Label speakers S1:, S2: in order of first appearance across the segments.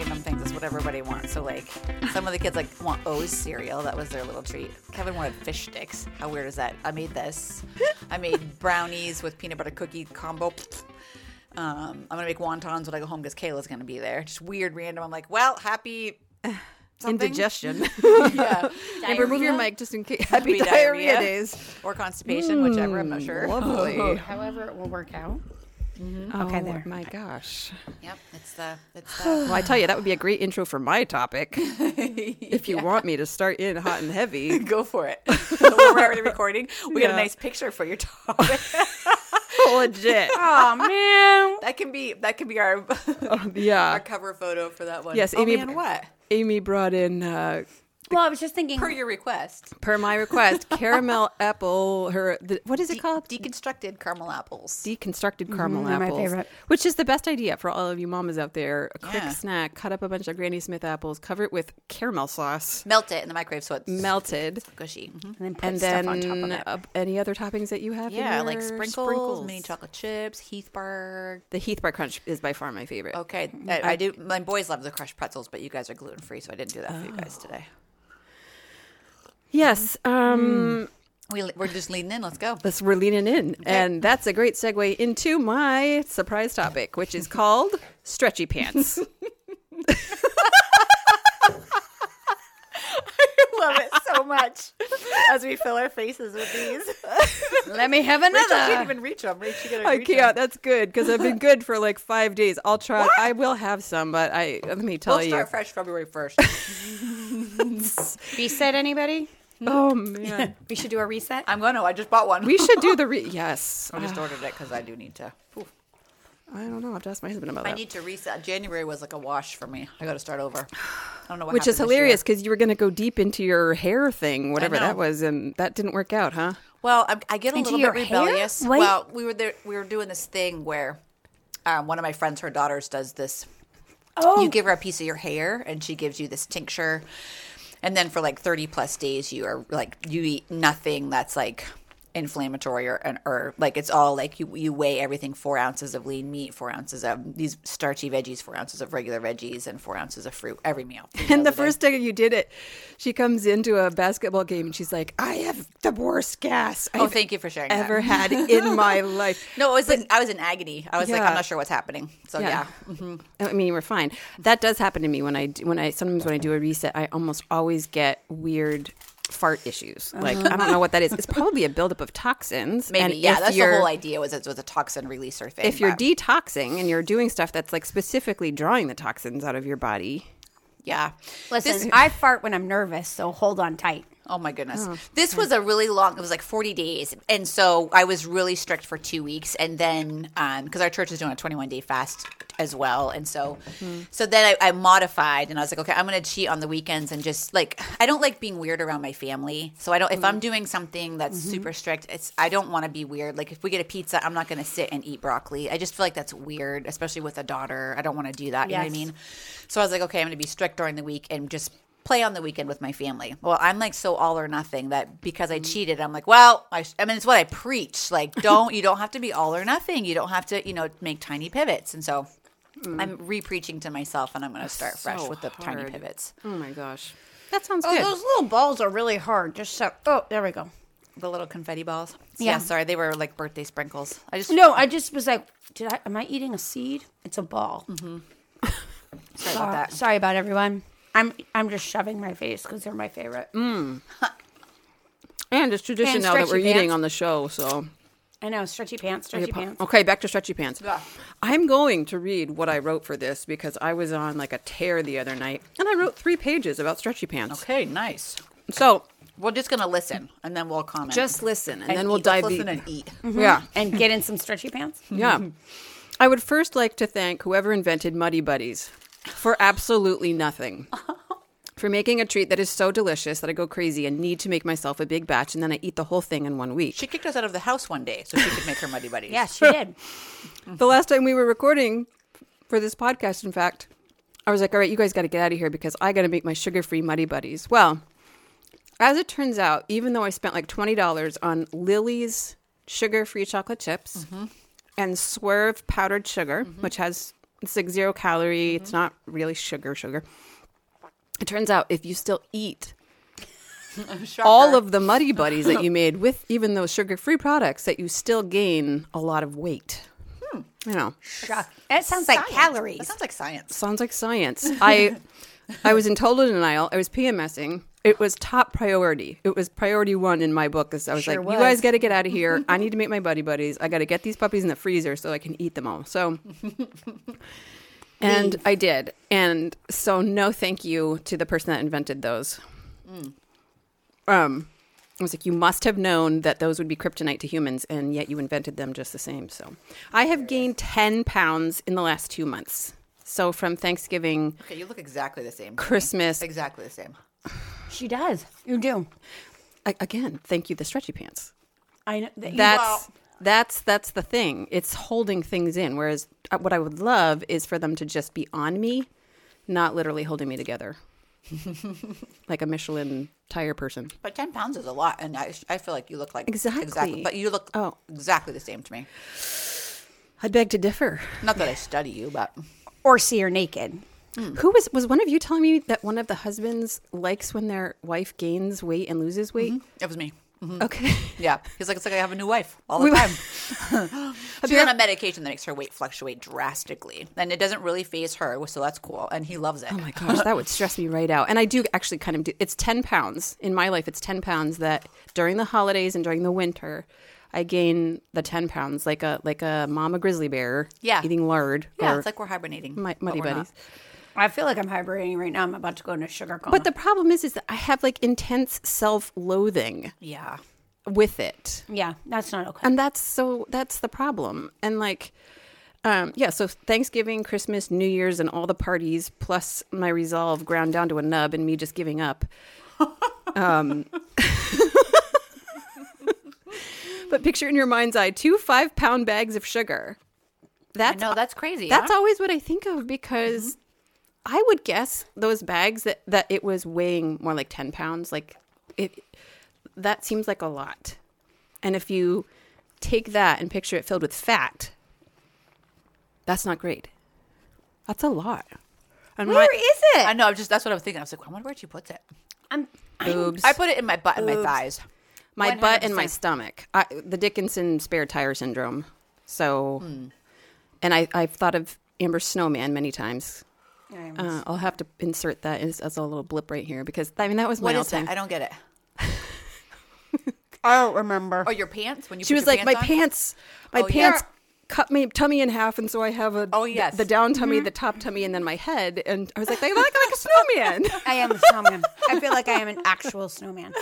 S1: what everybody wants. So like, some of the kids like want O's cereal. That was their little treat. Kevin wanted fish sticks. How weird is that? I made this. I made brownies with peanut butter cookie combo. Um, I'm gonna make wontons when I go home because Kayla's gonna be there. Just weird, random. I'm like, well, happy. something.
S2: Indigestion.
S1: yeah,
S2: and remove your mic just in case. Happy
S1: Happy
S2: diarrhea,
S1: diarrhea.
S2: days.
S1: or constipation, whichever. I'm not sure.
S2: Lovely.
S3: However, it will work out.
S2: okay,
S3: there.
S2: my gosh.
S1: Yep, it's the it's the.
S2: Well, I tell you, that would be a great intro for my topic. If you want me to start in hot and heavy,
S1: Go for it. We're already recording. We got
S2: Yeah.
S1: a nice picture for your topic.
S2: legit.
S3: Oh man.
S1: that can be that can be our our
S2: yeah.
S1: cover photo for that one.
S2: Yes,
S1: Oh,
S2: Amy-
S1: man, what
S2: Amy brought in, uh,
S3: Well, I was just thinking.
S1: per your request?
S2: per my request, caramel apple. Her the, what is it called?
S1: Deconstructed caramel apples.
S2: deconstructed caramel
S3: they're my
S2: apples,
S3: favorite.
S2: which is the best idea for all of you mamas out there. A quick
S1: Yeah.
S2: snack: cut up a bunch of Granny Smith apples, cover it with caramel sauce,
S1: Melt it in the microwave so it's
S2: melted,
S1: gushy. Mhm.
S3: and then put
S2: and
S3: stuff
S2: then
S3: on top of that.
S2: uh, any other toppings that you have. in
S1: Yeah, like
S2: your
S1: sprinkles,
S2: sprinkles.
S1: mini chocolate chips, Heathburg.
S2: The Heath Bar Crunch is by far my favorite.
S1: Okay, Mm-hmm. I, I do. My boys love the crushed pretzels, but you guys are gluten free, so I didn't do that for you
S2: Oh.
S1: guys today.
S2: Yes, um,
S1: We, we're just leaning in. Let's go.
S2: let's we're leaning in, and that's a great segue into my surprise topic, which is called stretchy pants.
S1: love it so much as we fill our faces with these.
S3: Let me have
S1: Rachel can't
S3: another.
S1: even reach them. Rachel, you gotta
S2: I
S1: reach
S2: can't. That's good because I've been good for like five days. I'll try. I will have some, but I let me tell
S1: We'll
S2: you.
S1: start fresh February first.
S3: Reset anybody?
S2: Oh man,
S3: We should do a reset.
S1: I'm gonna. I just bought one.
S2: we should do the re- yes.
S1: I
S2: I
S1: just ordered it because I do need to.
S2: don't know. I have to ask my husband about
S1: I
S2: that.
S1: need to reset. January was like a wash for me. I got to start over. I don't know what.
S2: Which is
S1: happened this year.
S2: hilarious because you were going to go deep into your hair thing, whatever that
S1: know.
S2: was, and that didn't work out, huh?
S1: Well, I, I get a
S3: Into
S1: little bit
S3: your hair?
S1: rebellious.
S3: Wait.
S1: Well, we were there. We were doing this thing where um, one of my friends, her daughters, does this.
S3: Oh.
S1: You give her a piece of your hair, and she gives you this tincture, and then for like thirty plus days, you are like you eat nothing that's like inflammatory or and- or like it's all like you you weigh everything four ounces of lean meat, four ounces of these starchy veggies, four ounces of regular veggies, and four ounces of fruit every meal.
S2: And the first day you did it, she comes into a basketball game and she's like, "I have the worst gas
S1: Oh,
S2: I've
S1: thank you for sharing. that.
S2: ever had in my life."
S1: No, it was in, I was in agony. I was like,
S2: Yeah.
S1: I'm not sure what's happening. So Oh, yeah.
S2: Mm-hmm. I mean, we're fine. That does happen to me when I do, when I sometimes when I do a reset, I almost always get weird fart issues. Like I don't know what that is. It's probably a buildup of toxins.
S1: Uh-huh. Maybe.
S2: And
S1: yeah,
S2: if
S1: that's the
S2: you're-
S1: whole idea was it was a toxin releaser thing.
S2: If you're
S1: but-
S2: detoxing and you're doing stuff that's like specifically drawing the toxins out of your body,
S1: yeah.
S3: Listen,
S1: This-
S3: I fart when I'm nervous, so hold on tight.
S1: oh my goodness. This was a really long. It was like 40 days, and so I was really strict for two weeks, and then because our church is doing a 21 day fast as well, and so so then I, I modified, and I was like, okay, I'm going to cheat on the weekends and just like I don't like being weird around my family, so I don't. If I'm doing something that's super strict, it's I don't want to be weird. Like if we get a pizza, I'm not going to sit and eat broccoli. I just feel like that's weird, especially with a daughter. I don't want to do that. You know what I
S3: Yes.
S1: mean? So I was like, okay, I'm going to be strict during the week and just play on the weekend with my family. Well, I'm like so all or nothing that because
S2: Mm-hmm.
S1: I cheated, I'm like, well, I, sh- I mean, it's what I preach. Like, don't you don't have to be all or nothing. You don't have to, you know, make tiny pivots. And so. I'm re-preaching to myself, and I'm going to start fresh
S2: Mm. so
S1: with the tiny
S2: hard.
S1: pivots.
S2: oh my gosh, that sounds
S3: Oh,
S2: good.
S3: those little balls are really hard. Just so. Oh, there we go.
S1: The little confetti balls. Yeah.
S3: Yeah.
S1: sorry, they were like birthday sprinkles. I just
S3: No, I just was like, did I? Am I eating a seed? It's a ball. Uh,
S1: sorry about that.
S3: Sorry about everyone. I'm I'm just shoving my face because they're my favorite.
S2: and it's tradition
S3: And
S2: now that we're
S3: stretchy
S2: eating
S3: pants.
S2: on the show, so
S3: I know, stretchy pants, stretchy
S2: Your pa-
S3: pants.
S2: Okay, back to stretchy pants.
S1: Yeah.
S2: I'm going to read what I wrote for this because I was on like a tear the other night and I wrote three pages about stretchy pants.
S1: Okay, nice.
S2: So
S1: We're just going to listen, and then we'll comment.
S2: just listen and,
S1: And
S2: then we'll
S1: eat. Let's
S2: dive
S1: Listen
S2: in.
S1: and eat.
S2: Yeah.
S3: And get in some stretchy pants.
S2: Yeah. I would first like to thank whoever invented Muddy Buddies for absolutely nothing. For making a treat that is so delicious that I go crazy and need to make myself a big batch and then I eat the whole thing in one week.
S1: She kicked us out of the house one day so she could make her muddy buddies.
S3: Yes, she did.
S2: the last time we were recording for this podcast, in fact, I was like, all right, you guys got to get out of here because I got to make my sugar free Muddy Buddies. Well, as it turns out, even though I spent like $20 on Lily's sugar free chocolate chips and Swerve powdered sugar, which has, it's like zero calorie, it's not really sugar, sugar. It turns out if you still eat
S1: Shocker.
S2: all of the muddy buddies that you made with even those sugar-free products, that you still gain a lot of weight. You know,
S3: That sounds like calories.
S1: That sounds like science.
S2: sounds like science. I I was in total denial. I was PMSing. It was top priority. It was priority one in my book. Is I was
S3: Sure
S2: like,
S3: was.
S2: you guys got to get out of here. I need to make my buddy buddies. I got to get these puppies in the freezer so I can eat them all. So, and I did. And so, no thank you to the person that invented those. Um, I was like, you must have known that those would be kryptonite to humans, and yet you invented them just the same. So, I have gained ten pounds in the last two months. So, from Thanksgiving,
S1: Okay, you look exactly the same.
S2: Christmas,
S1: Exactly the same.
S3: She does. You do.
S2: a- again, thank you, the stretchy pants.
S3: I know that.
S2: That's that's that's the thing. It's holding things in. Whereas uh, what I would love is for them to just be on me, not literally holding me together, like a Michelin tire person.
S1: But 10 pounds is a lot. And I, I feel like you look like
S2: Exactly.
S1: But you look
S2: Oh.
S1: exactly the same to me.
S2: I'd beg to differ.
S1: Not that I study you, but
S3: or see her naked.
S2: Hmm. Who was was one of you telling me that one of the husbands likes when their wife gains weight and loses weight?
S1: it was me.
S2: Okay.
S1: Yeah. He's like, it's like I have a new wife all the
S2: We-
S1: time. She's on a medication that makes her weight fluctuate drastically. And it doesn't really phase her, so that's cool. And he loves it.
S2: Oh my gosh, that would stress me right out. And I do actually kind of do. It's ten pounds in my life. It's ten pounds that during the holidays and during the winter, I gain the ten pounds like a like a mama grizzly bear.
S1: Yeah.
S2: eating lard.
S1: Yeah,
S2: or
S1: it's like we're hibernating.
S2: my,
S1: but
S2: muddy
S1: we're not.
S2: buddies.
S3: I feel like I'm hibernating right now. I'm about to go into sugar coma.
S2: But the problem is, is that I have like intense self loathing
S1: Yeah.
S2: with it.
S3: yeah, that's not okay.
S2: and that's so that's the problem and like um yeah so thanksgiving christmas new year's and all the parties plus my resolve ground down to a nub and me just giving up um but picture in your mind's eye two five pound bags of sugar
S1: I
S2: that's
S1: know, that's crazy.
S2: that's
S1: huh?
S2: always what i think of
S1: Mm-hmm.
S2: because i would guess those bags that that it was weighing more like 10 pounds like it that seems like a lot and if you take that and picture it filled with fat that's not great that's a lot and
S3: Where
S2: my
S3: is it?
S1: I know. I'm just, that's what I'm thinking. I was like, I wonder where she puts it.
S3: I'm,
S2: boobs
S1: I put it in my butt and my thighs.
S2: my butt and my
S3: 100%.
S2: stomach I, the dickinson spare tire syndrome so
S1: Hmm.
S2: and I, i've thought of amber snowman many times
S3: I'm
S2: Uh, I'll have to insert that as, as a little blip right here because I mean that was my
S1: What
S2: all
S1: is that?
S2: time.
S1: I don't get it.
S3: I don't remember.
S1: Or Oh, your pants? When you
S2: She
S1: put
S2: was
S1: your
S2: like, my
S1: on?"
S2: pants, my
S1: Oh, yeah.
S2: pants cut me tummy in half, and so I have a
S1: Oh,
S2: th-
S1: yes.
S2: the, down tummy, the top tummy, and then my head. And I was like, they look like a snowman.
S3: I am a snowman. I feel like I am an actual snowman.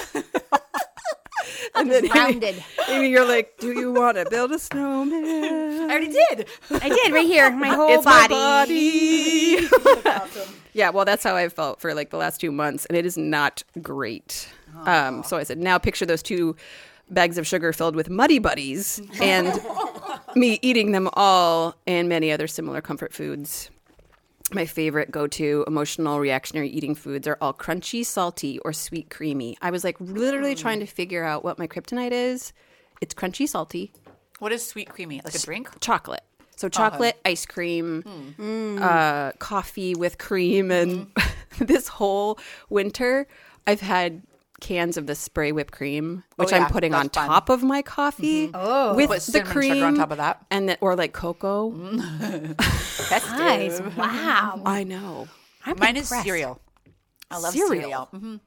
S2: and then
S3: Rounded.
S2: Amy, you're like, do you want to build a snowman?
S1: I already did.
S3: I did right here. My whole
S2: It's my
S3: body.
S2: body. yeah, well, that's how I felt for like the last two months, and it is not great. Um, so I said, now picture those two bags of sugar filled with muddy buddies and me eating them all and many other similar comfort foods. My favorite go to emotional reactionary eating foods are all crunchy, salty, or sweet, creamy. I was like literally trying to figure out what my kryptonite is. It's crunchy, salty,
S1: What is sweet creamy? Like a drink?
S2: chocolate. So
S1: Uh-huh.
S2: chocolate, ice cream,
S1: Hmm.
S2: uh, coffee with cream, and this whole winter, I've had cans of the spray whipped cream, which
S1: Oh, yeah,
S2: I'm putting
S1: that's
S2: on
S1: fun. Mm-hmm. Oh.
S2: top of my coffee with
S1: Put
S2: the
S1: cinnamon
S2: cream
S1: sugar on top of that. Mm-hmm.
S2: and the, or like cocoa.
S1: That's
S3: Guys, wow.
S2: I know,
S3: I'm
S1: Mine is
S3: impressed.
S1: cereal. I love
S2: Cereal.
S1: cereal.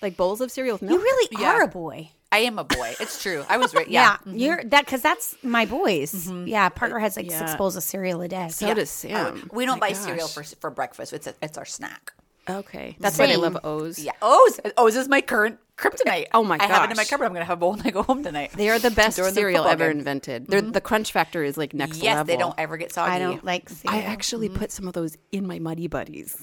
S2: like bowls of cereal with milk.
S3: You really
S1: Yeah.
S3: are a boy.
S1: I am a boy. It's true. I was right.
S3: Yeah,
S1: Yeah.
S2: Mm-hmm.
S3: you're that because that's my boys. Yeah, Parker has like six
S2: Yeah.
S3: bowls of cereal a day.
S2: so does Sam.
S1: Oh, We don't
S2: My
S1: buy cereal
S2: gosh.
S1: for for breakfast. It's a, it's our snack.
S2: Okay, that's why I
S3: Same.
S2: love O's.
S1: Yeah. O's. O's is my current kryptonite.
S2: Oh my
S1: I have it in my
S2: gosh.
S1: cupboard. I'm gonna have a bowl when I go home tonight.
S2: They are the best
S1: During the
S2: cereal
S1: football
S2: ever
S1: game. Mm-hmm.
S2: invented. They're The crunch factor is like next
S1: Yes,
S2: level.
S1: they don't ever get soggy.
S3: I don't like cereal.
S2: I actually put some of those in my muddy buddies.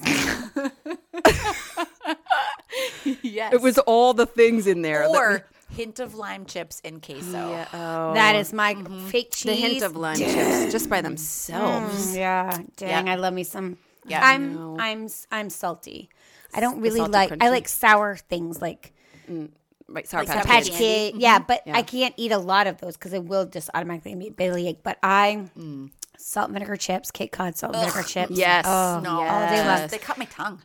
S1: Yes.
S2: It was all the things in there. that-
S1: or hint of lime chips and queso.
S2: Yeah, oh.
S3: that is my fake cheese.
S2: the hint of lime chips just by themselves.
S3: Mm, Yeah, dang,
S1: Yeah.
S3: I love me some.
S1: Yeah.
S3: I'm I'm s- I'm salty. I don't really
S2: salty
S3: like. I
S2: crunchy.
S3: like sour things like
S2: Right, sour
S1: Sour
S2: Mm. patch
S1: Patch
S2: Kids.
S3: Patch
S1: Kids.
S3: Kid. Yeah, but I can't eat a lot of those because it will just automatically make bellyache. But I salt and vinegar chips, Kit Kat salt and vinegar chips.
S2: Yes.
S3: Oh,
S1: No,
S3: all day long.
S1: they cut my tongue.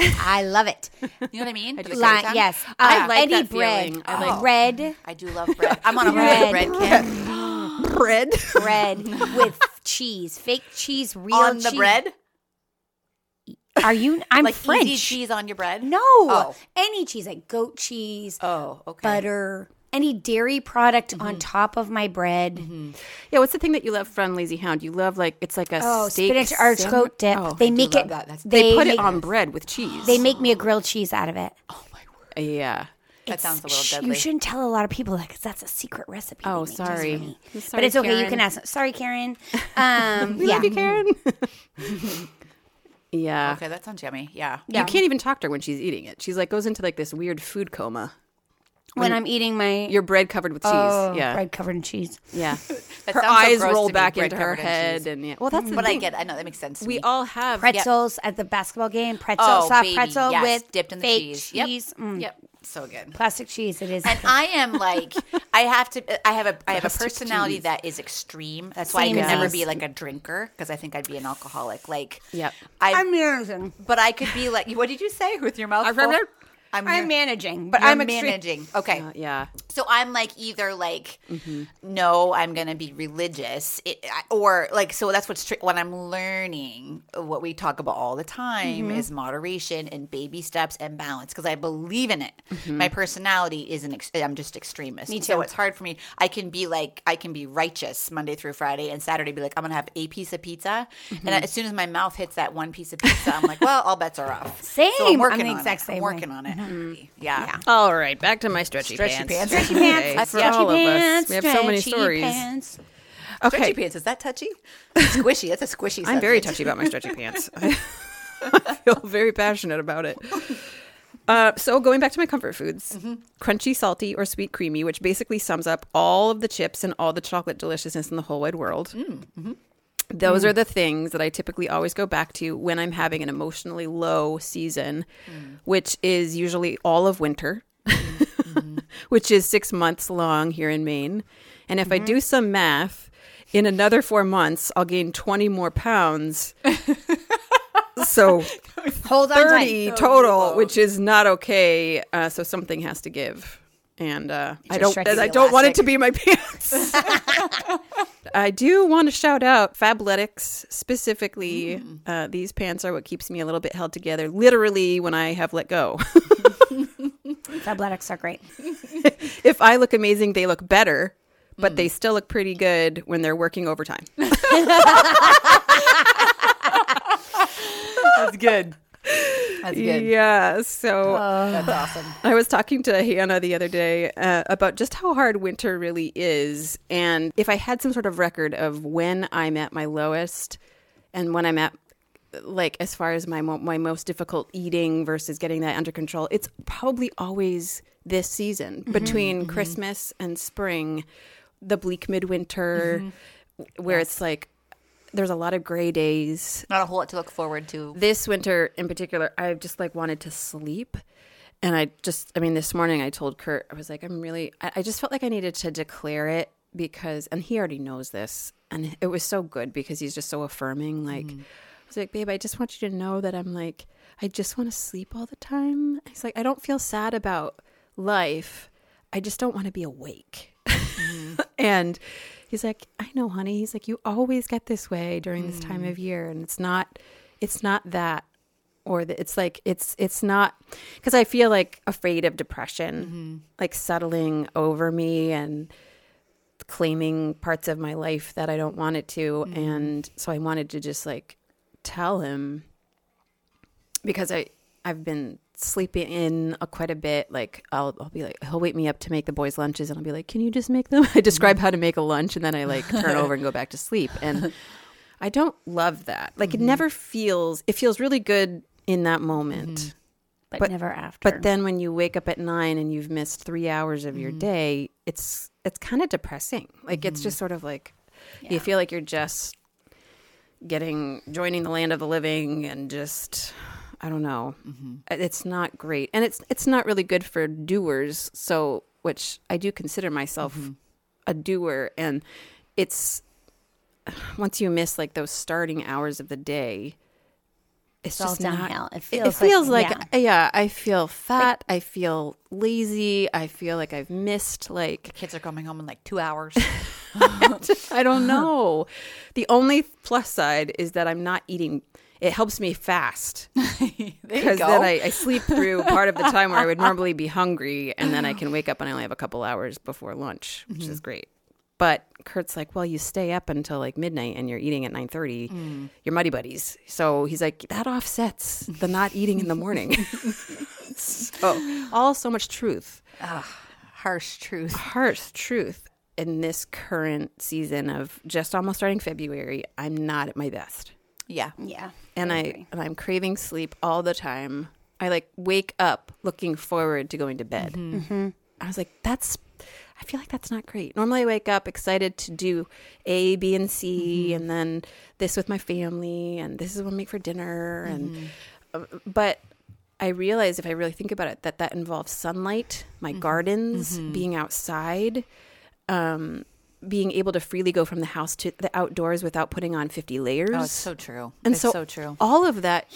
S3: I love it.
S1: You know what I mean? For the
S3: Li-
S1: curry time?
S3: yes,
S2: I
S3: Uh,
S2: like
S3: any
S2: that
S3: bread, Oh.
S2: feeling. I like-
S3: bread,
S1: I do love bread. I'm on a bread, bread kick.
S2: bread.
S3: bread with cheese, fake cheese, real
S1: On the
S3: cheese.
S1: bread?
S3: Are you? I'm
S1: Like
S3: French.
S1: easy cheese on your bread?
S3: No,
S1: Oh.
S3: any cheese like goat cheese,
S1: Oh, okay.
S3: butter, any dairy product on top of my bread.
S2: yeah, what's the thing that you love from Lazy Hound? You love like it's like a
S3: Oh,
S2: steak
S3: spinach artichoat dip.
S2: Oh,
S3: they make
S1: love
S3: it.
S1: that. That's-
S2: they, put
S3: make,
S2: it on bread with cheese.
S3: They make me a grilled cheese out of it.
S2: yeah.
S1: Oh, That sounds a little
S3: Shh,
S1: deadly.
S3: You shouldn't tell a lot of people that 'cause that's a secret recipe.
S2: Oh,
S3: they make just for
S2: sorry.
S3: me.
S2: I'm sorry,
S3: but it's okay. You
S2: Karen.
S3: can ask. Sorry, Karen. Um, yeah.
S2: Love you, Karen. yeah.
S1: Okay, that sounds yummy. Yeah.
S3: Yeah.
S2: You can't even talk to her when she's eating it. She's like goes into like this weird food coma.
S3: when I'm eating my
S2: Your bread covered with cheese.
S3: oh,
S2: yeah.
S3: bread covered in cheese.
S2: Yeah.
S1: That
S2: her
S1: sounds so
S2: eyes
S1: gross
S2: roll
S1: to me,
S2: back
S1: bread
S2: into her
S1: covered in
S2: head
S1: cheese. Mm-hmm.
S2: and yeah. Well, that's the
S1: But I
S2: thing.
S1: get I know that makes sense. To
S2: we
S1: me.
S2: all have yeah.
S3: Pretzels at the basketball game. Pretzel
S1: oh,
S3: soft
S1: baby,
S3: pretzel
S1: yes,
S3: with
S1: dipped in the
S3: fake
S1: cheese.
S3: cheese.
S1: Yep.
S3: Mm.
S1: Yep. So good.
S3: Plastic cheese. It is.
S1: And I am like, I have to. I have a. I have a personality that is extreme. That's why I
S3: Same
S1: could
S3: as
S1: never
S3: us.
S1: be like a drinker because I think I'd be an alcoholic. Like,
S2: Yep.
S1: I.
S3: I'm managing.
S1: but I could be like, what did you say with your mouth?
S2: I'm-
S1: full?
S2: I'm-
S1: I'm.
S3: I'm
S1: you're-
S3: managing, but
S1: you're
S3: I'm extreme.
S1: managing. Okay.
S2: Yeah.
S1: So I'm like either like
S3: Mm-hmm.
S1: no, I'm gonna be religious, it, I- or like so that's what's tr- when I'm learning what we talk about all the time
S3: Mm-hmm.
S1: is moderation and baby steps and balance because I believe in it. My personality is an ex- I'm just extremist,
S3: Mm-hmm. Me
S1: so
S3: too.
S1: it's hard for me. I can be like I can be righteous Monday through Friday and Saturday be like I'm gonna have a piece of pizza,
S3: Mm-hmm.
S1: and as soon as my mouth hits that one piece of pizza, I'm like, well, all bets are off. so
S3: Same. I'm
S1: I'm working
S3: the
S1: on
S3: exact
S1: it.
S3: same
S1: I'm
S3: way. Mm-hmm.
S1: working on it. Yeah.
S2: All right, back to my stretchy, pants.
S1: pants.
S2: Stretchy
S3: Pants,
S2: That's
S3: stretchy
S2: all of us.
S3: pants,
S2: We have so many
S3: stretchy
S2: stories.
S3: pants.
S1: Stretchy
S2: Okay,
S1: pants, is that touchy? squishy. That's a squishy.
S2: I'm very
S1: subject.
S2: touchy about my stretchy pants. I feel very passionate about it. Uh, so going back to my comfort foods, crunchy, salty, or sweet, creamy, which basically sums up all of the chips and all the chocolate deliciousness in the whole wide world. Those are the things that I typically always go back to when I'm having an emotionally low season, which is usually all of winter, which is six months long here in Maine. And if I do some math, in another four months, I'll gain 20 more pounds. so
S3: Hold on. tight.
S2: 30 total, which is not okay. Uh, so something has to give. And uh, I don't,
S3: stretchy
S2: and I don't want it
S1: elastic.
S2: to be my pants. I do want to shout out Fabletics specifically. Uh, these pants are what keeps me a little bit held together, literally when I have let go.
S3: Fabletics are great.
S2: if I look amazing, they look better, but they still look pretty good when they're working overtime.
S1: That's good. That's good.
S2: Yeah. So
S1: That's awesome.
S2: I was talking to Hannah the other day uh, about just how hard winter really is. And if I had some sort of record of when I'm at my lowest and when I'm at, like, as far as my, mo- my most difficult eating versus getting that under control, it's probably always this season
S1: Mm-hmm.
S2: between Christmas and spring, the bleak midwinter,
S1: Mm-hmm.
S2: where it's like there's a lot of gray days
S1: Not a whole lot to look forward to.
S2: this winter in particular, I've just like wanted to sleep. And I just, I mean, this morning I told Kurt, I was like, I'm really, I, I just felt like I needed to declare it because, and he already knows this. And it was so good because he's just so affirming. Like, I was like, babe, I just want you to know that I'm like, I just want to sleep all the time. He's like, I don't feel sad about life. I just don't want to be awake. and he's like, I know, honey. He's like, you always get this way during this time of year, and it's not, it's not that, or the, it's like it's it's not because I feel like afraid of depression, like settling over me and claiming parts of my life that I don't want it to, and so I wanted to just like tell him because I I've been sleeping in a, quite a bit. Like I'll I'll be like he'll wake me up to make the boys lunches, and I'll be like, "Can you just make them?" I describe how to make a lunch, and then I like turn over and go back to sleep. And I don't love that. Like it never feels. It feels really good in that moment.
S3: But,
S2: But-
S3: never after.
S2: But then when you wake up at nine and you've missed three hours of your day, it's it's kind of depressing. Like it's just sort of like you feel like you're just getting joining the land of the living and just I don't know. Uh, It's not great, and it's it's not really good for doers. So which I do consider myself a doer, and it's once you miss like those starting hours of the day it's
S3: all
S2: just not-
S3: downhill. It
S2: it
S3: feels
S2: it feels
S3: like-
S2: like, uh, yeah. I feel fat. I feel lazy. I feel like I've missed like
S1: Kids are coming home in like two hours.
S2: I don't know. The only plus side is that I'm not eating. It helps me fast
S1: there you
S2: because
S1: go.
S2: then I, I sleep through part of the time where I would normally be hungry, and then I can wake up and I only have a couple hours before lunch, which
S1: Mm-hmm.
S2: is great. But Kurt's like, well, you stay up until like midnight and you're eating at nine thirty.
S1: Mm.
S2: You're muddy buddies, so he's like that offsets the not eating in the morning. so all so much truth
S1: Harsh truth.
S2: harsh truth in this current season of just almost starting February, I'm not at my best.
S1: Yeah.
S3: Yeah.
S2: And I
S3: agree.
S2: and I'm craving sleep all the time. I like wake up looking forward to going to bed.
S1: Mm-hmm.
S2: I was like, that's I feel like that's not great. Normally I wake up excited to do A, B, and C and then this with my family and this is what I make for dinner and uh, but I realize if I really think about it that that involves sunlight, my gardens, being outside, um, being able to freely go from the house to the outdoors without putting on 50 layers.
S1: Oh, it's so true.
S2: and
S1: it's
S2: so,
S1: so true.
S2: all of that,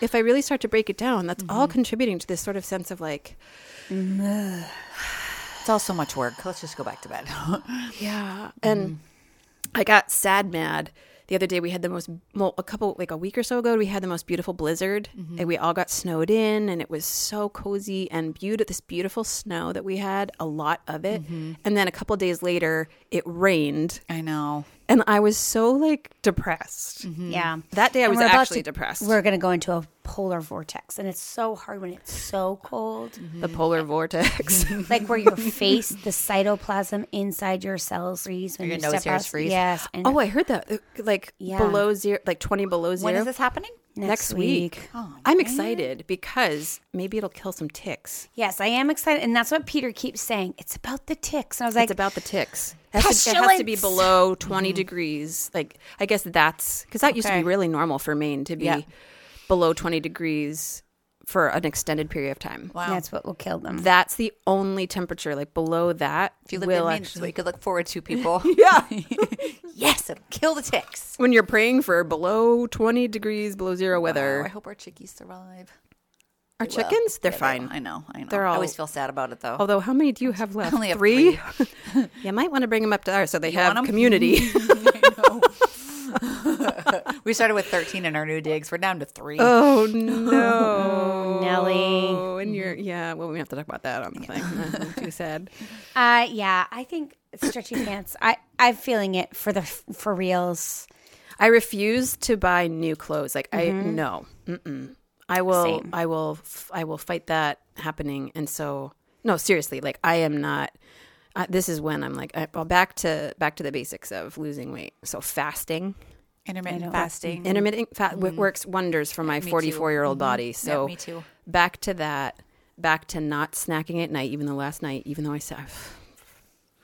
S2: if I really start to break it down, that's all contributing to this sort of sense of like,
S1: It's all so much work. Let's just go back to bed.
S2: yeah. And I got sad mad. The other day we had the most, well, a couple, like a week or so ago, we had the most beautiful blizzard and we all got snowed in and it was so cozy and beautiful, this beautiful snow that we had, a lot of it. And then a couple days later, it rained
S1: I know.
S2: and I was so like depressed.
S3: Yeah.
S2: Mm-hmm. That day I
S3: And
S2: was
S3: we're about
S2: actually
S3: to-
S2: depressed.
S3: We're going to go into a polar vortex. And it's so hard when it's so cold.
S2: The polar vortex.
S3: like where your face, the cytoplasm inside your cells freeze. When
S1: Your
S3: you
S1: nose
S3: step
S1: hairs
S3: out-
S1: freeze.
S3: Yes. and
S2: oh, I heard that. Uh, Like
S3: Yeah.
S2: below zero, like 20 below zero.
S1: When is this happening?
S2: Next week. I'm excited because maybe it'll kill some ticks.
S3: Yes, I am excited. And that's what Peter keeps saying. It's about the ticks. And I was
S2: It's
S3: like,
S2: about the ticks. It has, to, it has to be
S3: Pestilence.
S2: below 20 degrees. Like, I guess that's because that used to be
S1: Okay.
S2: really normal for Maine to be
S1: Yeah.
S2: below 20 degrees for an extended period of time.
S1: Wow.
S3: that's what will kill them.
S2: That's the only temperature, like below that.
S1: if you live
S2: will
S1: in Maine,
S2: actually,
S1: that's what you could look forward to, people. yeah. yes, it'll kill the ticks.
S2: when you're praying for below 20 degrees, below zero weather,
S1: Oh, I hope our chickies survive.
S2: our chickens, they're
S1: Yeah,
S2: fine.
S1: I know. I know.
S2: They're
S1: I
S2: all- Oh,
S1: always feel sad about it, though.
S2: Although, how many do you have left?
S1: only have
S2: you might want to bring them up to ours so they
S1: want
S2: have
S1: 'em?
S2: community.
S1: We started with 13 in our new digs. We're down to three.
S2: oh no,
S3: Nelly.
S2: Oh, and you're yeah. Well, we have to talk about that on the thing. I'm too sad.
S3: Uh, yeah, I think stretchy pants. I I'm feeling it for the for reals.
S2: I refuse to buy new clothes. Like
S1: Mm-hmm.
S2: I no. Mm-mm. I will. I will. f- I will fight that happening. And so no, seriously. Like I am not. Uh, this is when I'm like, I, well, back to back to the basics of losing weight. So fasting.
S1: Intermittent fasting.
S2: Intermittent fat
S1: Mm-hmm.
S2: w works wonders for my 44 year old body. So
S1: me too.
S2: Back to that. Back to not snacking at night. Even though last night, even though I said,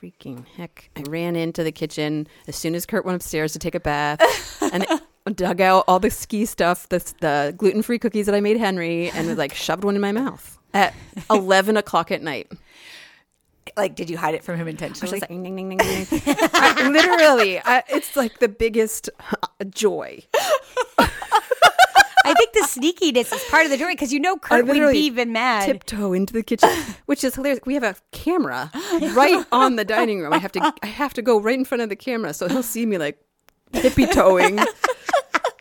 S2: freaking heck, I ran into the kitchen as soon as Kurt went upstairs to take a bath and. Dug out all the ski stuff, the, the gluten free cookies that I made Henry, and like shoved one in my mouth at eleven o'clock at night.
S1: like, did you hide it from him
S2: I was
S1: intentionally?
S2: just like, ding, ding, ding, ding, ding. I- literally, I, it's like the biggest uh, joy.
S3: I think the sneakiness is part of the joy because you know Kurt would be
S2: literally
S3: even mad.
S2: tiptoe into the kitchen, which is hilarious. We have a camera right on the dining room. I have to I have to go right in front of the camera, so he'll see me like tippy toeing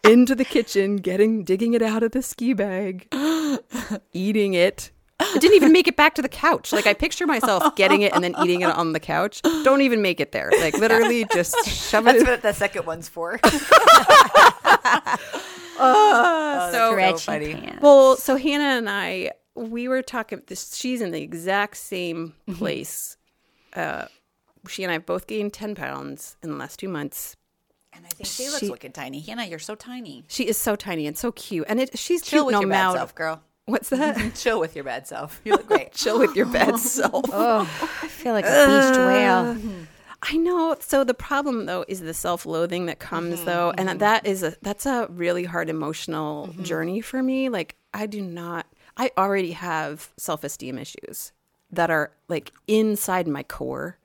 S2: into the kitchen, getting digging it out of the ski bag, eating it. I didn't even make it back to the couch. Like I picture myself getting it and then eating it on the couch. Don't even make it there. Like literally just shove it.
S1: That's
S2: in-
S1: what the second one's for. Oh,
S2: so
S3: Stretchy
S1: funny.
S3: pants.
S2: Well, so Hannah and I, we were talking. This, she's in the exact same place. Uh, she and I both gained ten pounds in the last two months.
S1: and I think she looks wicked tiny. Hannah, you're so tiny.
S2: She is so tiny and so cute, and it, she's
S1: Chill
S2: cute
S1: with
S2: no
S1: your bad
S2: matter. Mm-hmm.
S1: self, girl.
S2: What's that?
S1: Chill with your bad self. You look great.
S2: Chill with your bad self.
S3: I feel like a beached whale.
S2: I know. So the problem though is the self-loathing that comes though, and that is a that's a really hard emotional journey for me. Like I do not. I already have self-esteem issues that are like inside my core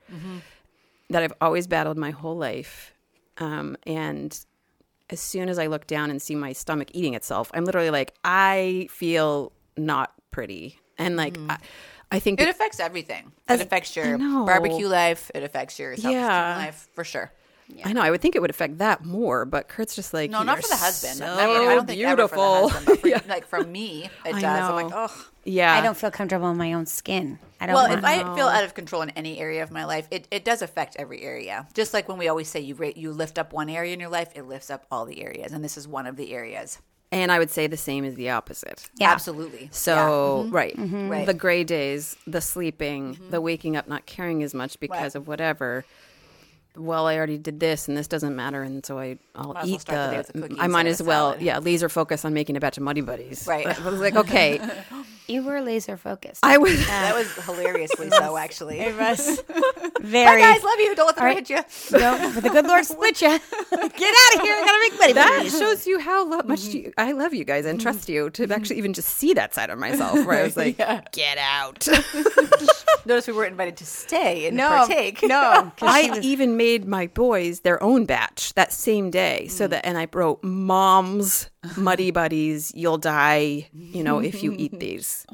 S2: that I've always battled my whole life, um, and as soon as I look down and see my stomach eating itself, I'm literally like, I feel not pretty. And like, I, I think
S1: It affects everything. it affects your
S2: know.
S1: barbecue life. It affects your self-esteem
S2: Yeah.
S1: life for sure.
S2: I know. I would think it would affect that more, but Kurt's just like,
S1: No, not
S2: "You're
S1: for the husband.
S2: So
S1: Never- I don't think ever for the
S2: beautiful.
S1: husband, but for- Like for me, it
S2: I
S1: does. I'm like,
S2: know.
S1: oh.
S2: yeah,
S3: I don't feel comfortable in my own skin. I don't.
S1: Well,
S3: want-
S1: if I feel out of control in any area of my life, it, it does affect every area. Just like when we always say you ra- you lift up one area in your life, it lifts up all the areas, and this is one of the areas.
S2: And I would say the same is the opposite.
S3: Yeah.
S1: Absolutely.
S2: So uh, right.
S1: Right. Mm-hmm.
S2: the gray days, the sleeping, the waking up not caring as much
S1: Right.
S2: because of whatever. Well, I already did this, and this doesn't matter, and so I, I'll
S1: as well
S2: eat
S1: start the day with
S2: the.
S1: the cookies
S2: I might
S1: and
S2: as
S1: the
S2: well,
S1: salad.
S2: yeah, laser focus on making a batch of muddy buddies.
S1: Right.
S2: I was like, okay,
S3: you were laser focused.
S2: I was.
S1: that was hilariously so, actually. Hey
S3: was very.
S1: guys, love you. Don't let the
S3: All
S1: right.
S3: right.
S1: hit you.
S3: Don't, but the good Lord split you. Get out of here. I gotta make money.
S2: That shows you how lo- much you, I love you guys and trust you to actually even just see that side of myself where I was like, get out.
S1: Notice we weren't invited to stay and
S3: No,
S1: partake.
S3: no. 'cause she
S2: I
S3: was-
S2: even made my boys their own batch that same day. So that, and I wrote, Moms, Muddy Buddies, you'll die, you know, if you eat these.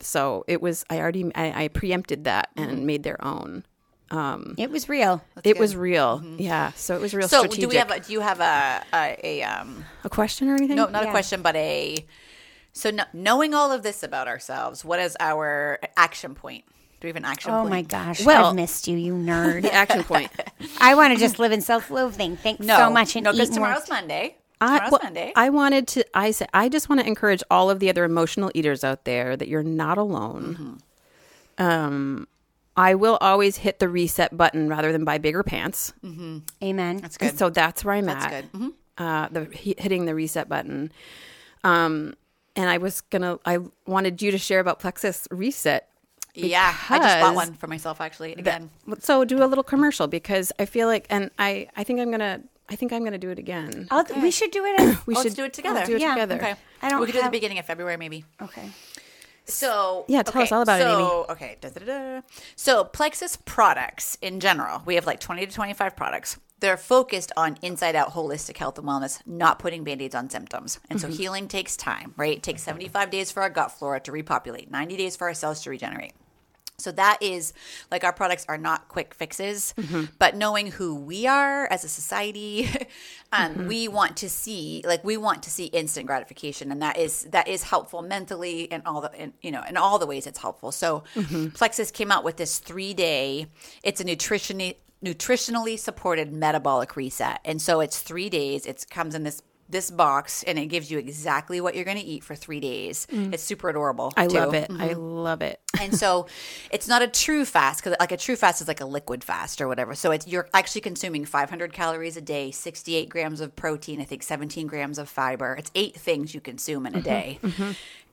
S2: So it was, I already, I, I preempted that and made their own.
S3: it was real.
S2: it was real. Yeah. Mm-hmm. So it was real
S1: So,
S2: strategic.
S1: do we have? A, do you have a a, a um?
S2: a question or anything?
S1: No, not a
S3: Yeah.
S1: question, but a. So, no, knowing all of this about ourselves, what is our action point? Do we have an action
S3: Oh
S1: point?
S3: my gosh.
S2: Well-
S3: I've missed you, you nerd.
S2: The action point.
S3: I want to just live in self-loathing. Thanks so much and
S1: no,
S3: eat
S1: because
S3: more.
S1: tomorrow's Monday.
S2: I,
S1: Tomorrow's
S2: well,
S1: Monday.
S2: I wanted to. I say. I just want to encourage all of the other emotional eaters out there that you're not alone.
S1: Mm-hmm.
S2: Um, I will always hit the reset button rather than buy bigger pants.
S3: Amen.
S1: That's good.
S2: So that's where I'm
S1: Mm-hmm. That's
S2: at.
S1: good. Mhm.
S2: Uh, the hi- hitting the reset button. Um, and I was gonna. I wanted you to share about Plexus Reset.
S1: yeah, I just bought
S2: because-
S1: one for myself actually. Again,
S2: So do a little commercial because I feel like, and I. I think I'm gonna. I think I'm gonna do it again.
S3: I'll, We should do it. As,
S2: we
S1: Oh, let's
S2: should
S1: do it together.
S2: Do it
S3: Yeah,
S2: together.
S1: okay.
S3: I don't
S1: We could do it
S3: have-
S1: at the beginning of February, maybe.
S3: okay.
S1: So
S2: Yeah, tell us all about it, Amy.
S1: so, it. Okay. da, da, da, da. So Plexus products in general, we have like twenty to twenty-five products. They're focused on inside-out holistic health and wellness, not putting band-aids on symptoms. And
S2: Mm-hmm.
S1: so healing takes time, right? It takes seventy-five days for our gut flora to repopulate, ninety days for our cells to regenerate. So that is like our products are not quick fixes,
S2: Mm-hmm.
S1: but knowing who we are as a society, um,
S2: Mm-hmm.
S1: we want to see like we want to see instant gratification, and that is that is helpful mentally and all the and, you know in all the ways it's helpful. So
S2: Mm-hmm.
S1: Plexus came out with this three day. It's a nutrition nutritionally supported metabolic reset, and so it's three days. It comes in this this box and it gives you exactly what you're going to eat for three days. It's super adorable.
S2: Mm. I
S1: too. Mm-hmm.
S2: love it. I love it.
S1: And so it's not a true fast because like a true fast is like a liquid fast or whatever. So it's you're actually consuming 500 calories a day, 68 grams of protein, I think 17 grams of fiber. It's eight things you consume in a day.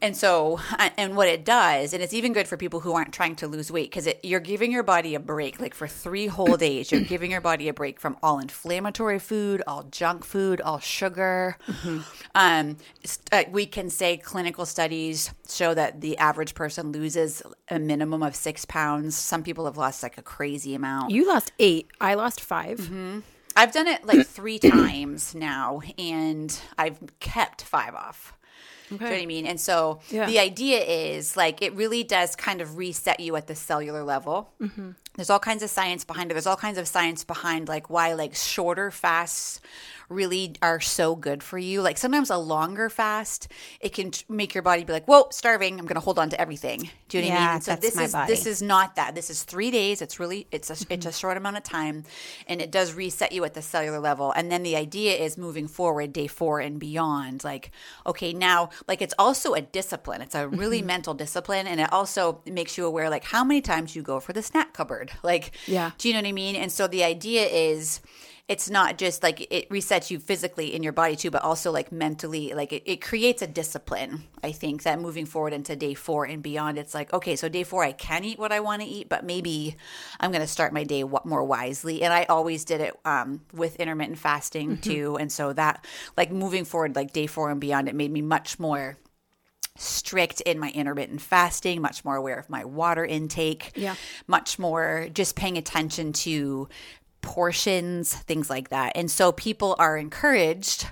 S1: And so, a- and what it does, and it's even good for people who aren't trying to lose weight because you're giving your body a break. Like for three whole days, you're giving your body a break from all inflammatory food, all junk food, all sugar. Um, st- uh, we can say clinical studies show that the average person loses a minimum of six pounds. Some people have lost like a crazy amount.
S2: You lost eight. I lost 5
S1: Mm-hmm. I've done it like three times now, and I've kept five off. Do you know what I mean? And so
S2: Yeah.
S1: the idea is like it really does kind of reset you at the cellular level.
S3: Mm-hmm.
S1: There's all kinds of science behind it. There's all kinds of science behind like why like shorter fasts really are so good for you. Like sometimes a longer fast, it can tr- make your body be like, "Whoa, starving! I'm going to hold on to everything." Do you know what I
S3: Yeah,
S1: mean? And So
S3: that's
S1: this
S3: my
S1: is
S3: body.
S1: this is is not that. This is three days. It's really it's a it's a short amount of time, and it does reset you at the cellular level. And then the idea is moving forward, day four and beyond. Like okay, now like it's also a discipline. It's a really mental discipline, and it also makes you aware like how many times you go for the snack cupboard. Like
S2: Yeah.
S1: do you know what I mean? And so the idea is it's not just like it resets you physically in your body too, but also like mentally, like it, it creates a discipline. I think that moving forward into day four and beyond, it's like, okay, so day four, I can eat what I want to eat, but maybe I'm going to start my day wa- more wisely. And I always did it um, with intermittent fasting too. And so that, like moving forward, like day four and beyond, it made me much more strict in my intermittent fasting, much more aware of my water intake,
S2: Yeah.
S1: much more just paying attention to portions, things like that. And so people are encouraged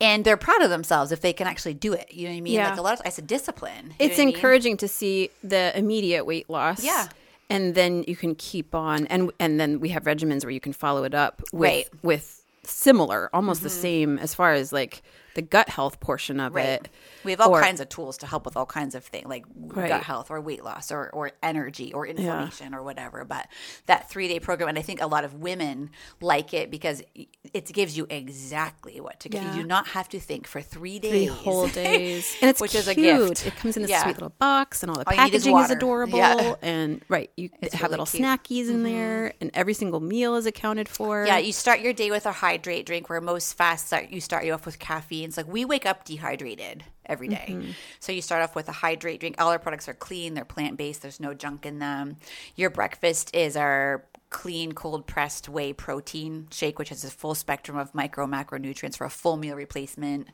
S1: and they're proud of themselves if they can actually do it. You know what I mean?
S2: Yeah.
S1: Like a lot of I said discipline. you know
S2: It's
S1: what I mean?
S2: encouraging to see the immediate weight loss.
S1: Yeah.
S2: And then you can keep on and and then we have regimens where you can follow it up with
S1: Right. Mm-hmm.
S2: with similar, almost the same as far as like the gut health portion of
S1: Right.
S2: it.
S1: We have all
S2: Or-
S1: kinds of tools to help with all kinds of things, like
S2: Right.
S1: gut health or weight loss or, or energy or inflammation or whatever. But that three day program, and I think a lot of women like it because it gives you exactly what to get.
S2: Yeah.
S1: You do not have to think for three days.
S2: Three whole days. And it's
S1: Which
S2: cute.
S1: is a gift.
S2: It comes in this
S1: Yeah.
S2: sweet little box and all the
S1: All you need is
S2: packaging is,
S1: water.
S2: adorable.
S1: Yeah.
S2: And right, you have
S1: really
S2: little
S1: cute. Mm-hmm.
S2: snackies in there and every single meal is accounted for.
S1: Yeah, you start your day with a hydrate drink where most fasts start you start you off with caffeine. It's like we wake up dehydrated every day. So you start off with a hydrate drink. All our products are clean, they're plant based, there's no junk in them. Your breakfast is our clean cold pressed whey protein shake which has a full spectrum of micro macronutrients for a full meal replacement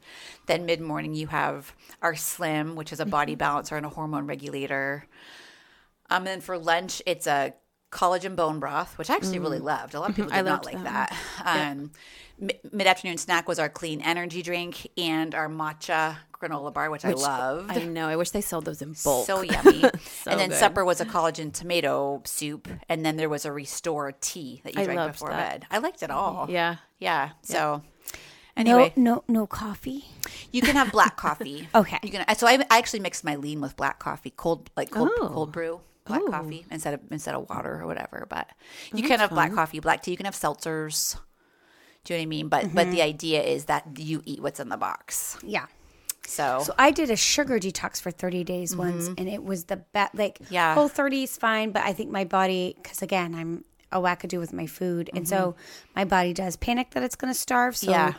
S1: then mid morning you have our slim which is a body balancer and a hormone regulator um, and then for lunch, it's a collagen bone broth, which I actually really loved. A lot of people did not
S2: Mm. loved
S1: like that. Um, mi- Mid afternoon snack was our clean energy drink and our matcha granola bar, which, I loved.
S2: I know. I wish they sold those in bulk.
S1: So yummy. and then
S2: good.
S1: supper was a collagen tomato soup. And then there was a restore tea that you
S2: I
S1: drank
S2: loved
S1: before
S2: that.
S1: bed. I liked it all.
S2: yeah.
S1: Yeah. So anyway.
S3: No, no, no coffee.
S1: You can have black coffee.
S3: Okay.
S1: You can. So I, I actually mixed my lean with black coffee, cold like cold,
S2: Oh.
S1: cold brew black coffee instead of instead of water or whatever. But
S3: Oh,
S1: you can have black coffee, black tea. You can have seltzers. Do you know what I mean? But
S3: Mm-hmm.
S1: but the idea is that you eat what's in the box.
S3: Yeah.
S1: So,
S3: So I did a sugar detox for 30 days once, and it was the best. Like,
S1: Mm-hmm. Yeah.
S3: whole 30 is fine, but I think my body, because again, I'm a wackadoo with my food, and so my body does panic that it's going to starve. So,
S1: Mm-hmm.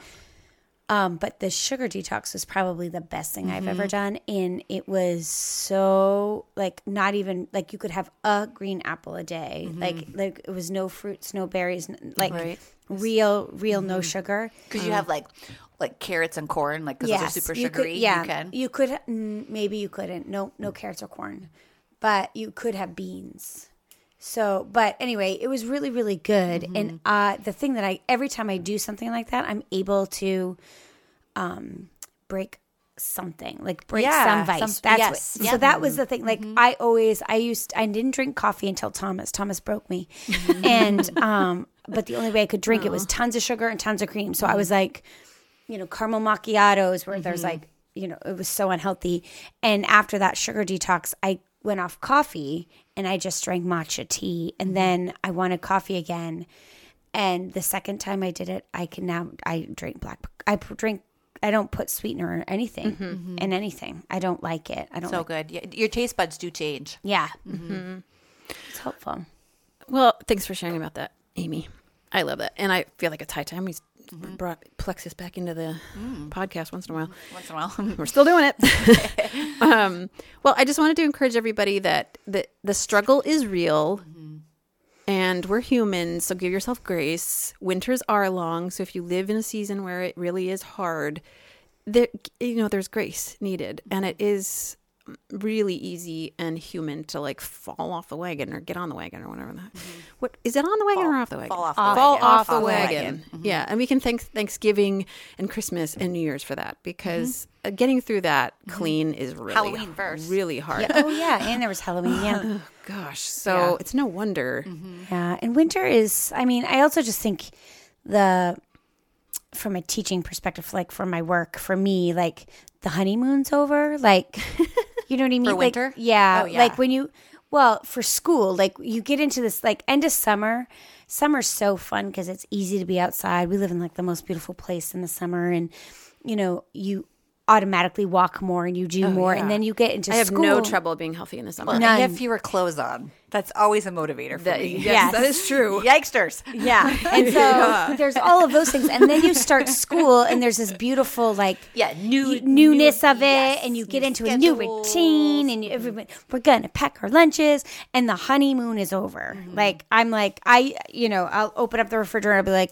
S1: Yeah.
S3: um, but the sugar detox was probably the best thing I've
S1: Mm-hmm.
S3: ever done, and it was so like not even like you could have a green apple a day, like
S1: Mm-hmm.
S3: like it was no fruits, no berries, n- like
S2: Right.
S3: real, real
S1: Mm-hmm.
S3: no sugar.
S1: because you have like like carrots and corn, like 'cause those are super
S3: mm. you could-
S1: sugary.
S3: yeah,
S1: You can.
S3: you could mm, maybe you couldn't. No, no carrots or corn, but you could have beans. So, but anyway, it was really, really good.
S1: Mm-hmm.
S3: And uh, the thing that I every time I do something like that, I'm able to um, break something like break
S1: Yeah,
S3: some vice.
S1: some-
S3: That's
S1: yes,
S3: what,
S1: yeah. Mm-hmm.
S3: so that was the thing. Like I always, I used, I didn't drink coffee until Thomas. Thomas broke me, and um, but the only way I could drink it was tons of sugar and tons of cream. So
S1: Mm-hmm.
S3: I was like you know, caramel macchiatos where there's like, you know, it was so unhealthy. And after that sugar detox, I went off coffee and I just drank matcha tea. And then I wanted coffee again. And the second time I did it, I can now, I drink black, I p- drink, I don't put sweetener or anything in anything. I don't like it. I don't
S1: So
S3: like
S1: good. Yeah, your taste buds do change.
S3: Yeah. It's helpful.
S2: Well, thanks for sharing about that, Amy. I love that, and I feel like it's high time we s- brought Plexus back into the podcast once in a while.
S1: Once in a while.
S2: We're still doing it. um, well, I just wanted to encourage everybody that the the struggle is real,
S1: Mm-hmm.
S2: and we're human, so give yourself grace. Winters are long, so if you live in a season where it really is hard, there you know there's grace needed, and it
S1: Mm-hmm.
S2: is really easy and human to like fall off the wagon or get on the wagon or whatever that. What is it on the wagon or off the wagon?
S1: Mm-hmm. fall off the
S2: Fall
S1: wagon.
S2: off the
S1: Off the
S2: wagon.
S1: wagon.
S2: Yeah, and we can thank Thanksgiving and Christmas and New Year's for that because uh, getting through that clean is really
S1: Halloween first.
S2: really hard.
S3: Oh, yeah. And there was Halloween. Yeah.
S2: Gosh, so it's no wonder.
S3: Yeah, and winter is. I mean, I also just think the from a teaching perspective, like for my work, for me, like the honeymoon's over. Like, you know what I mean? Like,
S1: winter?
S3: yeah,
S1: Oh, yeah.
S3: Like when you, well, for school, like you get into this like end of summer. Summer's so fun because it's easy to be outside. We live in like the most beautiful place in the summer, and you know you automatically walk more and you do more,
S2: Oh, yeah.
S3: and then you get into
S2: I have
S3: school.
S2: no trouble being healthy in the summer.
S1: And you have fewer clothes on. That's always a motivator for me.
S3: yes.
S2: that is true.
S1: Yikesters.
S3: Yeah. And so there's all of those things. And then you start school and there's this beautiful like
S1: Yeah, new-
S3: y- newness
S1: new-
S3: of it
S1: yes,
S3: and you get
S1: new
S3: into a new
S1: schedules.
S3: routine and you, everybody we're gonna pack our lunches and the honeymoon is over.
S1: Mm-hmm.
S3: Like I'm like I you know, I'll open up the refrigerator and I'll be like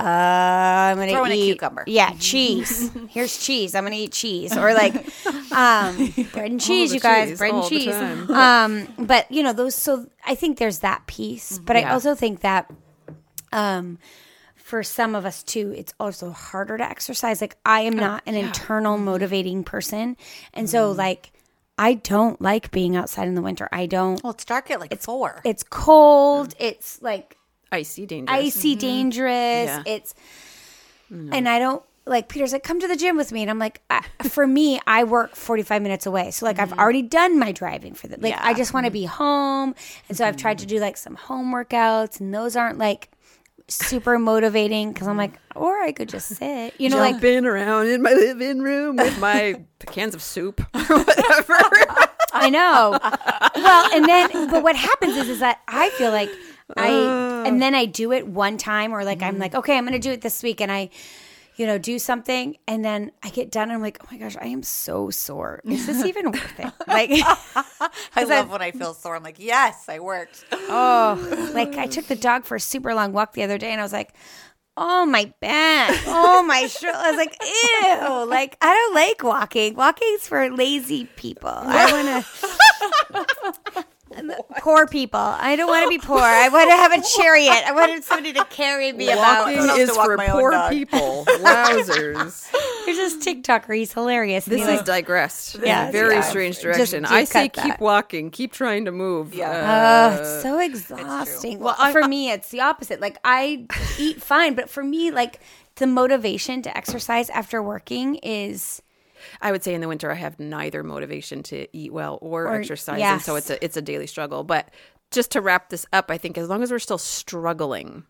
S3: uh, I'm gonna
S1: Throw in a
S3: eat
S1: cucumber.
S3: Yeah, cheese. Here's cheese. I'm gonna eat cheese or like um, bread and cheese.
S2: the
S3: you guys,
S2: cheese,
S3: bread and
S2: all the
S3: cheese.
S2: time.
S3: Um, but you know those. So I think there's that piece, but I
S2: Yeah.
S3: also think that um, for some of us too, it's also harder to exercise. Like I am not an internal motivating person. And so like I don't like being outside in the winter. I don't
S1: Well, it's dark at like four.
S3: it's cold. It's like
S2: Icy dangerous.
S3: icy dangerous.
S2: Yeah.
S3: It's and I don't like Peter's like come to the gym with me and I'm like I, for me I work 45 minutes away. So like I've already done my driving for the like I just want to be home. And so I've tried to do like some home workouts and those aren't like super motivating cuz I'm like or I could just sit. You know like
S2: Jumping around in my living room with my cans of soup or whatever.
S3: I know. Well, and then but what happens is is that I feel like I and then I do it one time or like I'm like, okay, I'm gonna do it this week and I you know, do something and then I get done and I'm like, oh my gosh, I am so sore. Is this even worth it? Like
S1: I love when I feel sore. I'm like, yes, I worked.
S3: oh like I took the dog for a super long walk the other day and I was like, Oh my back. Oh my shirt. I was like, ew. Like I don't like walking. Walking's for lazy people. I wanna poor people. I don't want to be poor. I want to have a chariot. I wanted somebody to carry me
S1: Walking.
S3: about.
S1: else
S2: Walking
S1: to
S2: is
S1: walk
S2: for
S1: my own
S2: poor
S1: dog.
S2: people. Wowzers.
S3: There's this TikToker. He's hilarious. And
S2: This
S3: he's
S2: has
S3: like,
S2: digressed in
S3: Yeah,
S2: a very
S3: yeah.
S2: strange
S3: Just-
S2: direction.
S3: just
S2: I say
S3: cut
S2: keep
S3: that.
S2: walking, keep trying to move. uh,
S1: Yeah.
S3: "Ugh, it's so exhausting. Well,
S2: I-
S3: for me, it's the opposite. Like I eat fine, but for me, like the motivation to exercise after working is
S2: I would say in the winter I have neither motivation to eat well or,
S3: Or-
S2: exercise, and so
S3: yes.
S2: it's a it's a daily struggle. But just to wrap this up, I think as long as we're still struggling,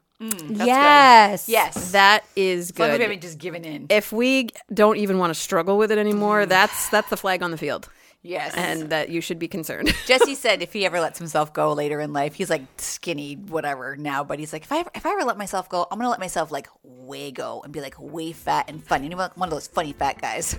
S3: yes,
S1: Yes.
S2: that is
S1: As long as we
S2: good.
S1: haven't just given in.
S2: If we don't even want to struggle with it anymore, that's that's the flag on the field,
S1: Yes.
S2: and that you should be concerned.
S1: Jesse said if he ever lets himself go later in life, he's like skinny, whatever now, but he's like, if I ever, if I ever let myself go, I'm gonna let myself like way go and be like way fat and funny. And I'm like one of those funny fat guys.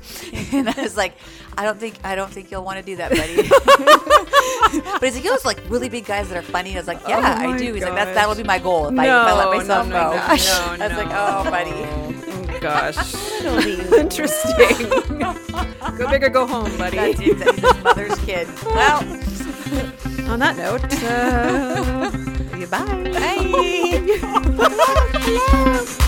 S1: and I was like, I don't think I don't think you'll want to do that, buddy. but he's like, you know, those like really big guys that are funny. And I was like, yeah,
S2: Oh
S1: I
S2: my
S1: do. He's like,
S2: gosh.
S1: that's that'll be my goal if, I, if I let myself
S2: no,
S1: go.
S2: no,
S1: I was
S2: no,
S1: like,
S2: no.
S1: oh, buddy.
S2: Oh, gosh, interesting. go big or go home, buddy.
S1: That's he's his mother's kid. Well.
S2: On that note, uh, goodbye. Bye.